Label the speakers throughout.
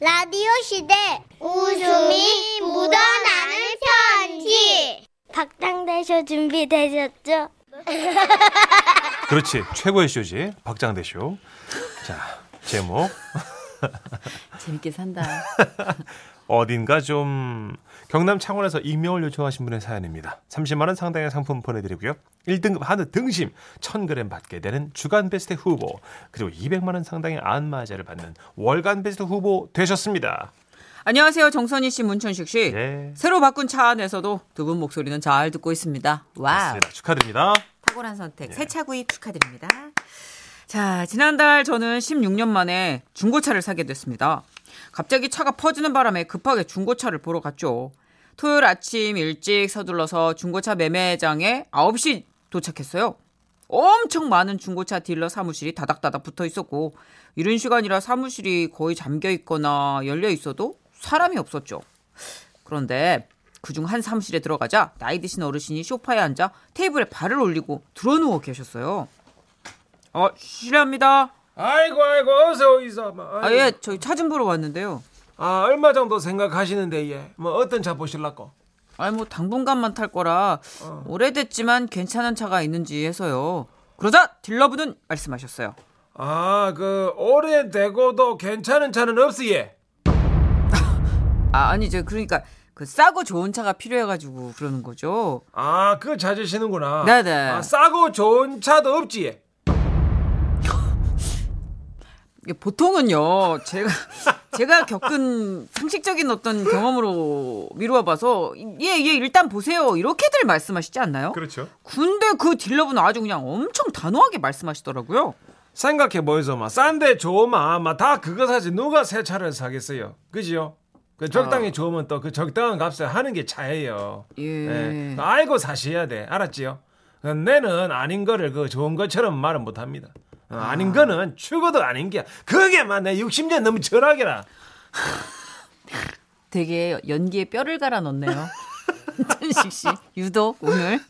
Speaker 1: 라디오 시대 웃음이 묻어나는 편지 박장대쇼 준비되셨죠?
Speaker 2: 그렇지. 최고의 쇼지. 박장대쇼. 자, 제목.
Speaker 3: 재밌게 산다.
Speaker 2: 어딘가 좀 경남 창원에서 익명을 요청하신 분의 사연입니다. 30만 원 상당의 상품 보내드리고요. 1등급 한우 등심 1,000g 받게 되는 주간 베스트 후보 그리고 200만 원 상당의 안마자를 받는 월간 베스트 후보 되셨습니다.
Speaker 3: 안녕하세요. 정선희 씨, 문천식 씨.
Speaker 2: 예.
Speaker 3: 새로 바꾼 차 안에서도 두 분 목소리는 잘 듣고 있습니다. 와우.
Speaker 2: 맞습니다. 축하드립니다.
Speaker 3: 탁월한 선택. 새 차 구입 축하드립니다. 자, 지난달 저는 16년 만에 중고차를 사게 됐습니다. 갑자기 차가 퍼지는 바람에 급하게 중고차를 보러 갔죠. 토요일 아침 일찍 서둘러서 중고차 매매장에 9시 도착했어요. 엄청 많은 중고차 딜러 사무실이 다닥다닥 붙어 있었고, 이른 시간이라 사무실이 거의 잠겨 있거나 열려 있어도 사람이 없었죠. 그런데 그중 한 사무실에 들어가자 나이 드신 어르신이 소파에 앉아 테이블에 발을 올리고 드러누워 계셨어요. 어, 실례합니다.
Speaker 2: 아이고 아이고 어서 오이소. 뭐,
Speaker 3: 아, 예, 저희 차 좀 보러 왔는데요.
Speaker 2: 아 얼마 정도 생각하시는데 예. 뭐 어떤 차 보실라고?
Speaker 3: 아니, 뭐, 당분간만 탈 거라, 오래됐지만 괜찮은 차가 있는지 해서요. 그러자 딜러분은 말씀하셨어요.
Speaker 2: 아 그 오래되고도 괜찮은 차는 없으예.
Speaker 3: 아, 아니, 저, 그러니까, 그 싸고 좋은 차가 필요해가지고 그러는 거죠.
Speaker 2: 아, 그거 찾으시는구나.
Speaker 3: 네네.
Speaker 2: 아, 싸고 좋은 차도 없지. 예.
Speaker 3: 이게 보통은요, 제가, 제가 겪은 상식적인 어떤 경험으로 미루어 봐서, 예, 예, 일단 보세요. 이렇게들 말씀하시지 않나요?
Speaker 2: 그렇죠.
Speaker 3: 근데 그 딜러분은 아주 그냥 엄청 단호하게 말씀하시더라고요.
Speaker 2: 생각해 보여서 막 싼데 좋으면 막다 그거 사지 누가 새 차를 사겠어요. 그지요? 그 적당히 좋으면 또 그 적당한 값에 하는 게 차예요.
Speaker 3: 예.
Speaker 2: 예. 알고 사셔야 돼. 알았지요? 어, 내는 아닌 거를 그 좋은 것처럼 말은 못 합니다. 어, 아닌 거는 죽어도 아닌 게야. 그게 만내 60년 너무 절하게라.
Speaker 3: 되게 연기에 뼈를 갈아 넣네요. 천식 씨, 유독 오늘.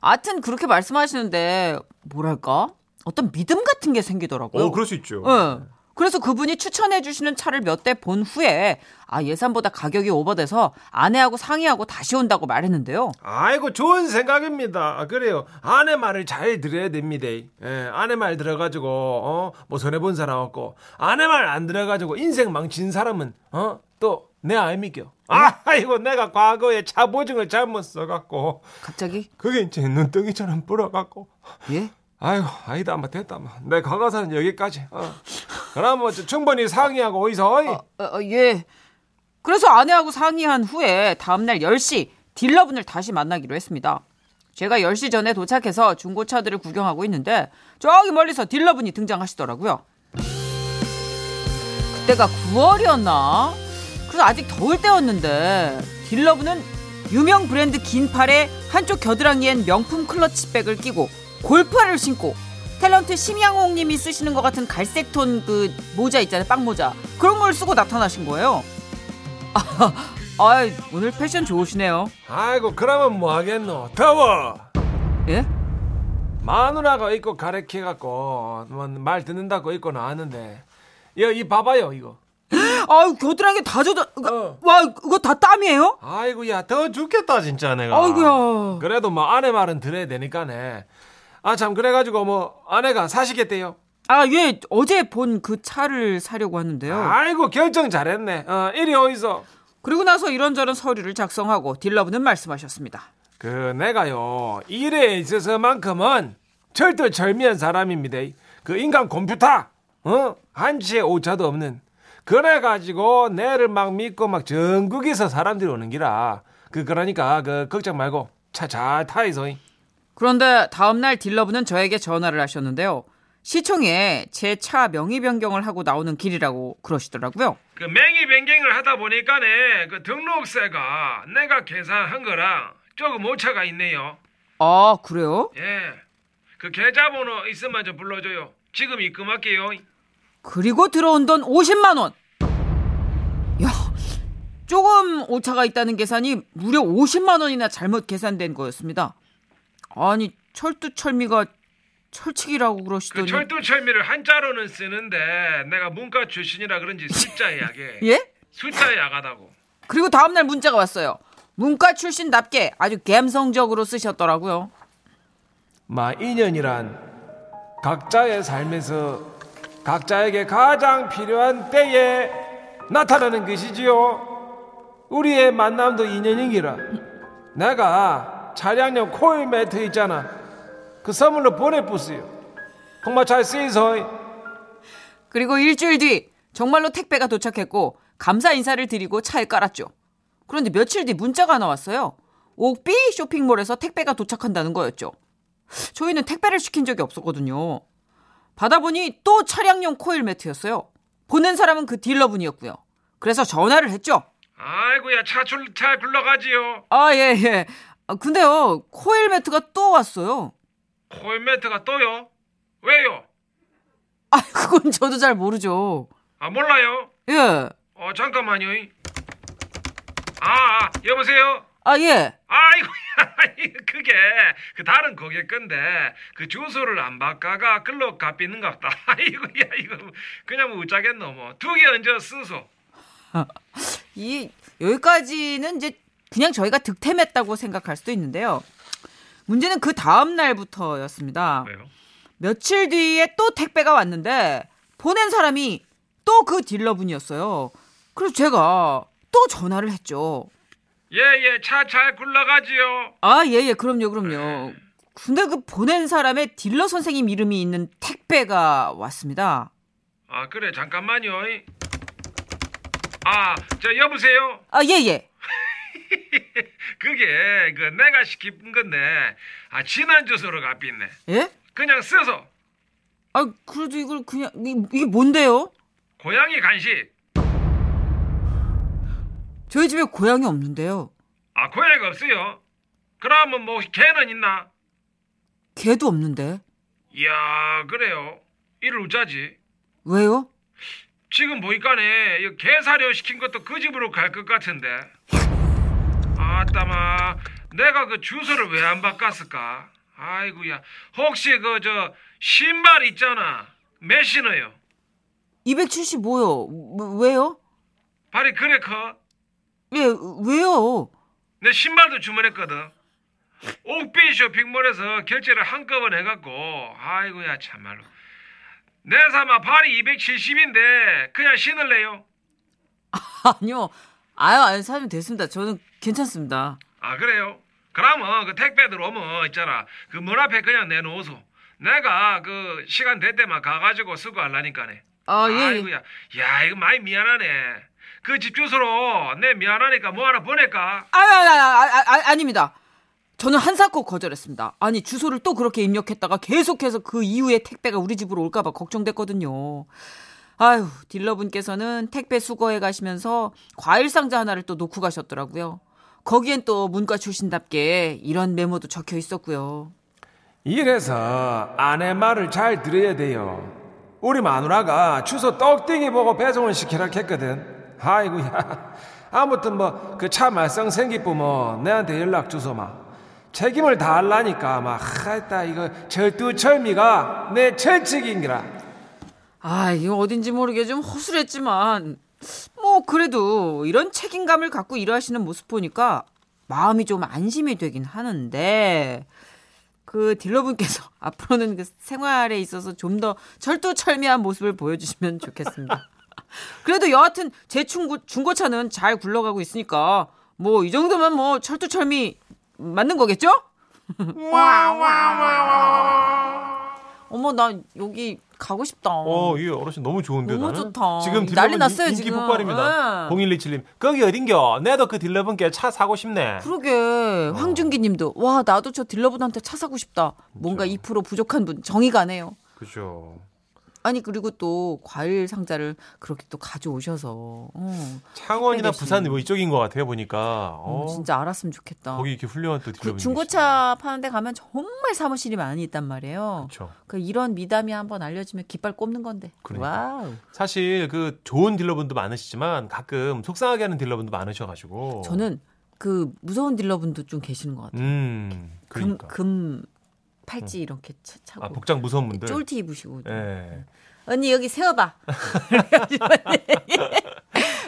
Speaker 3: 아튼 그렇게 말씀하시는데, 뭐랄까? 어떤 믿음 같은 게 생기더라고요.
Speaker 2: 어, 수 있죠.
Speaker 3: 예. 그래서 그분이 추천해 주시는 차를 몇 대 본 후에 아 예산보다 가격이 오버돼서 아내하고 상의하고 다시 온다고 말했는데요.
Speaker 2: 아이고 좋은 생각입니다. 아, 그래요. 아내 말을 잘 들어야 됩니다. 예, 아내 말 들어가지고 어, 뭐 손해 본 사람 없고 아내 말 안 들어가지고 인생 망친 사람은 어, 또내 아닙니까? 아, 아이고 내가 과거에 차 보증을 잘못 써갖고
Speaker 3: 갑자기
Speaker 2: 그게 이제 눈덩이처럼 불어갖고
Speaker 3: 예?
Speaker 2: 아이고 아니다 마 됐다 마내 과거사는 여기까지. 어. 그럼 뭐 충분히 상의하고 어디서 어이?
Speaker 3: 어, 어, 예. 그래서 아내하고 상의한 후에 다음날 10시 딜러분을 다시 만나기로 했습니다. 제가 10시 전에 도착해서 중고차들을 구경하고 있는데 저기 멀리서 딜러분이 등장하시더라고요. 그때가 9월이었나? 그래서 아직 더울 때였는데 딜러분은 유명 브랜드 긴 팔에 한쪽 겨드랑이엔 명품 클러치백을 끼고 골프화를 신고 탤런트 심양홍님이 쓰시는 것 같은 갈색 톤 그 모자 있잖아요 빵 모자 그런 걸 쓰고 나타나신 거예요. 아, 아 오늘 패션 좋으시네요.
Speaker 2: 아이고 그러면 뭐 하겠노? 더워.
Speaker 3: 예?
Speaker 2: 마누라가 입고 가래키 갖고 뭐 말 듣는다고 입고 나왔는데 여이 봐봐요 이거
Speaker 3: 아유 겨드랑이 다 젖어. 그러니까
Speaker 2: 어.
Speaker 3: 와 이거 다 땀이에요?
Speaker 2: 아이고 야 더 죽겠다 진짜 내가
Speaker 3: 아이고야.
Speaker 2: 그래도 뭐 아내 말은 들어야 되니까네 아 참 그래가지고 뭐 아내가 사시겠대요
Speaker 3: 아 예 어제 본 그 차를 사려고 하는데요.
Speaker 2: 아이고 결정 잘했네 어 이리 어디서
Speaker 3: 그리고 나서 이런저런 서류를 작성하고 딜러분은 말씀하셨습니다.
Speaker 2: 그 내가요 일에 있어서만큼은 절대절미한 사람입니다. 그 인간 컴퓨터 어? 한치의 오차도 없는 그래가지고 내를 막 믿고 막 전국에서 사람들이 오는 기라 그 그러니까 그 걱정 말고 차 잘 타이소
Speaker 3: 그런데 다음날 딜러분은 저에게 전화를 하셨는데요. 시청에 제 차 명의 변경을 하고 나오는 길이라고 그러시더라고요.
Speaker 2: 그 명의 변경을 하다 보니까네 그 등록세가 내가 계산한 거랑 조금 오차가 있네요 예.
Speaker 3: 아 그래요?
Speaker 2: 예그 계좌번호 있으면 좀 불러줘요 지금 입금할게요
Speaker 3: 그리고 들어온 돈 50만 원. 야, 조금 오차가 있다는 계산이 무려 50만 원이나 잘못 계산된 거였습니다. 아니 철두철미가 철칙이라고
Speaker 2: 그
Speaker 3: 그러시더니
Speaker 2: 철도 철미를 한자로는 쓰는데 내가 문과 출신이라 그런지 숫자에 약해.
Speaker 3: 예?
Speaker 2: 숫자에 약하다고.
Speaker 3: 그리고 다음날 문자가 왔어요. 문과 출신답게 아주 감성적으로 쓰셨더라고요.
Speaker 2: 마 인연이란 각자의 삶에서 각자에게 가장 필요한 때에 나타나는 것이지요. 우리의 만남도 인연이기라. 내가 차량용 코일 매트 있잖아. 그 선물로 보내뿌스요. 정말 잘 쓰이소.
Speaker 3: 그리고 일주일 뒤 정말로 택배가 도착했고 감사 인사를 드리고 차에 깔았죠. 그런데 며칠 뒤 문자가 나왔어요. 옥비 쇼핑몰에서 택배가 도착한다는 거였죠. 저희는 택배를 시킨 적이 없었거든요. 받아보니 또 차량용 코일 매트였어요. 보낸 사람은 그 딜러분이었고요. 그래서 전화를 했죠.
Speaker 2: 아이고야 차출 잘 굴러가지요.
Speaker 3: 아, 예, 예. 아, 근데요, 코일 매트가 또 왔어요.
Speaker 2: 코일 매트가 또요? 왜요?
Speaker 3: 아, 그건 저도 잘 모르죠.
Speaker 2: 아 몰라요.
Speaker 3: 예.
Speaker 2: 어 잠깐만요. 아, 아 여보세요.
Speaker 3: 아, 예.
Speaker 2: 아이고야 그게 그 다른 고객 건데 그 주소를 안 바꿔가 글로 갚이는 같다. 아이고야 이거 그냥 뭐 어쩌겠노 뭐두 개 얹어 쓰소.
Speaker 3: 이, 여기까지는 이제 그냥 저희가 득템했다고 생각할 수도 있는데요. 문제는 그 다음 날부터였습니다.
Speaker 2: 왜요?
Speaker 3: 며칠 뒤에 또 택배가 왔는데 보낸 사람이 또 그 딜러분이었어요. 그래서 제가 또 전화를 했죠.
Speaker 2: 예예 차 잘 굴러가지요.
Speaker 3: 아, 예, 예, 그럼요, 그럼요. 근데 그 보낸 사람의 딜러 선생님 이름이 있는 택배가 왔습니다.
Speaker 2: 아 그래 잠깐만요. 아 저 여보세요.
Speaker 3: 아, 예, 예.
Speaker 2: 그게 그 내가 시킨 건데 아 지난 주소로 갚이네.
Speaker 3: 예?
Speaker 2: 그냥 쓰소.
Speaker 3: 아, 그래도 이걸 그냥, 이- 이게 뭔데요?
Speaker 2: 고양이 간식.
Speaker 3: 저희 집에 고양이 없는데요.
Speaker 2: 아 고양이가 없어요. 그러면 뭐 개는 있나?
Speaker 3: 개도 없는데.
Speaker 2: 이야 그래요 이를 우짜지
Speaker 3: 왜요?
Speaker 2: 지금 보니까네 이개 사료 시킨 것도 그 집으로 갈 것 같은데 아따마 내가 그 주소를 왜 안 바꿨을까 아이구야 혹시 그 저 신발 있잖아 몇 신어요
Speaker 3: 275요. 뭐, 왜요?
Speaker 2: 발이 그래 커 내
Speaker 3: 예, 왜요?
Speaker 2: 신발도 주문했거든 옥비 쇼핑몰에서 결제를 한꺼번에 해갖고 아이구야 참말로 내 삼아 발이 270인데 그냥 신을래요
Speaker 3: 아니요. 아유, 아유, 사면 됐습니다. 저는 괜찮습니다.
Speaker 2: 아 그래요? 그러면 그 택배 들어오면 있잖아 그 문 앞에 그냥 내놓으소 내가 그 시간 될 때만 가가지고 쓰고 할라니까네
Speaker 3: 아, 예, 예.
Speaker 2: 아이고야 야 이거 많이 미안하네 그 집 주소로 내 미안하니까 뭐 하나 보낼까?
Speaker 3: 아유, 아유, 아유, 아유, 아유, 아유, 아닙니다. 저는 한사코 거절했습니다. 아니, 주소를 또 그렇게 입력했다가 계속해서 그 이후에 택배가 우리 집으로 올까봐 걱정됐거든요. 아유, 딜러분께서는 택배 수거해 가시면서 과일 상자 하나를 또 놓고 가셨더라고요. 거기엔 또 문과 출신답게 이런 메모도 적혀 있었고요.
Speaker 2: 이래서 아내 말을 잘 들어야 돼요. 우리 마누라가 주소 떡띵이 보고 배송을 시키라 했거든. 아이고야. 아무튼 뭐 그 차 말썽 생기고 뭐 내한테 연락 주소 마. 책임을 다하려니까 막 하였다 이거 절두철미가 내 철칙인기라.
Speaker 3: 아, 이거 어딘지 모르게 좀 허술했지만, 뭐, 그래도 이런 책임감을 갖고 일하시는 모습 보니까 마음이 좀 안심이 되긴 하는데, 그 딜러분께서 앞으로는 그 생활에 있어서 좀 더 철두철미한 모습을 보여주시면 좋겠습니다. 그래도 여하튼 제 중고, 중고차는 잘 굴러가고 있으니까, 뭐, 이 정도면 뭐, 철두철미 맞는 거겠죠? 어머, 나 여기 가고 싶다.
Speaker 4: 어, 이 어르신 너무 좋은데
Speaker 3: 너무
Speaker 4: 나는?
Speaker 3: 좋다.
Speaker 4: 지금 딜러분
Speaker 3: 난리 났어요,
Speaker 4: 인기
Speaker 3: 지금.
Speaker 4: 폭발입니다.
Speaker 3: 예.
Speaker 4: 0127님 거기 어딘겨? 내도 그 딜러분께 차 사고 싶네.
Speaker 3: 그러게
Speaker 4: 어.
Speaker 3: 황준기님도 와 나도 저 딜러분한테 차 사고 싶다. 뭔가 2% 부족한 분 정이 가네요.
Speaker 4: 그죠.
Speaker 3: 아니 그리고 또 과일 상자를 그렇게 또 가져오셔서 어,
Speaker 4: 창원이나
Speaker 3: 택배
Speaker 4: 부산
Speaker 3: 대신.
Speaker 4: 뭐 이쪽인 것 같아요 보니까.
Speaker 3: 어,
Speaker 4: 어,
Speaker 3: 진짜 알았으면 좋겠다.
Speaker 4: 거기 이렇게 훌륭한 또
Speaker 3: 그
Speaker 4: 딜러분.
Speaker 3: 중고차 파는 데 가면 정말 사무실이 많이 있단 말이에요.
Speaker 4: 그렇죠.
Speaker 3: 그 이런 미담이 한번 알려지면 깃발 꼽는 건데.
Speaker 4: 그러니까.
Speaker 3: 와우.
Speaker 4: 사실 그 좋은 딜러분도 많으시지만 가끔 속상하게 하는 딜러분도 많으셔가지고.
Speaker 3: 저는 그 무서운 딜러분도 좀 계시는 것 같아요.
Speaker 4: 음 그러니까.
Speaker 3: 금, 금 팔찌 이렇게 차- 차고
Speaker 4: 아, 복장 무서운 분들.
Speaker 3: 쫄티 입으시고
Speaker 4: 예.
Speaker 3: 언니 여기 세워봐.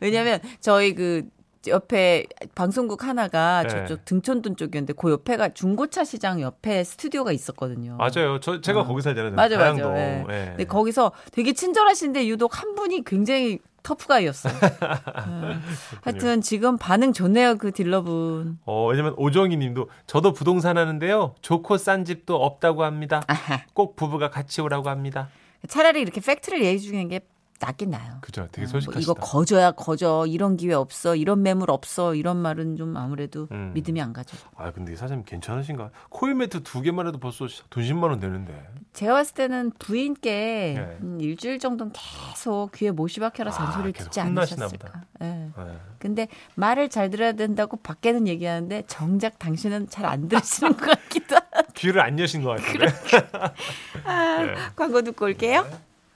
Speaker 3: 왜냐면 저희 그 옆에 방송국 하나가
Speaker 4: 네.
Speaker 3: 저쪽 등촌동 쪽이었는데 그 옆에가 중고차 시장 옆에 스튜디오가 있었거든요.
Speaker 4: 맞아요. 저 제가 거기 살잖아요.
Speaker 3: 맞아 맞아.
Speaker 4: 다양도.
Speaker 3: 예.
Speaker 4: 예.
Speaker 3: 근데 거기서 되게 친절하신데 유독 한 분이 굉장히 터프가이였어요. 음. 하여튼 지금 반응 좋네요 그 딜러분.
Speaker 4: 어, 왜냐면 오정희 님도 저도 부동산 하는데요. 좋고 싼 집도 없다고 합니다.
Speaker 3: 아하.
Speaker 4: 꼭 부부가 같이 오라고 합니다.
Speaker 3: 차라리 이렇게 팩트를 얘기해 주는 게 낫긴 나요.
Speaker 4: 그죠. 되게
Speaker 3: 뭐
Speaker 4: 솔직하시다.
Speaker 3: 이거 거저야 거저 이런 기회 없어 이런 매물 없어 이런 말은 좀 아무래도
Speaker 4: 음.
Speaker 3: 믿음이 안 가죠.
Speaker 4: 아, 근데 이 사장님 괜찮으신가? 코일 매트 두 개만 해도 벌써 돈 10만 원 되는데.
Speaker 3: 제가 봤을 때는 부인께
Speaker 4: 예.
Speaker 3: 음, 일주일 정도는 계속 귀에 못이 박혀라 잔소리를
Speaker 4: 아, 계속
Speaker 3: 듣지
Speaker 4: 혼나시나
Speaker 3: 않으셨을까. 예.
Speaker 4: 예.
Speaker 3: 근데 말을 잘 들어야 된다고 밖에는 얘기하는데 정작 당신은 잘 안 들으시는 것 같기도 하고
Speaker 4: 귀를 안 여신 것 같은데.
Speaker 3: 광고 듣고 올게요.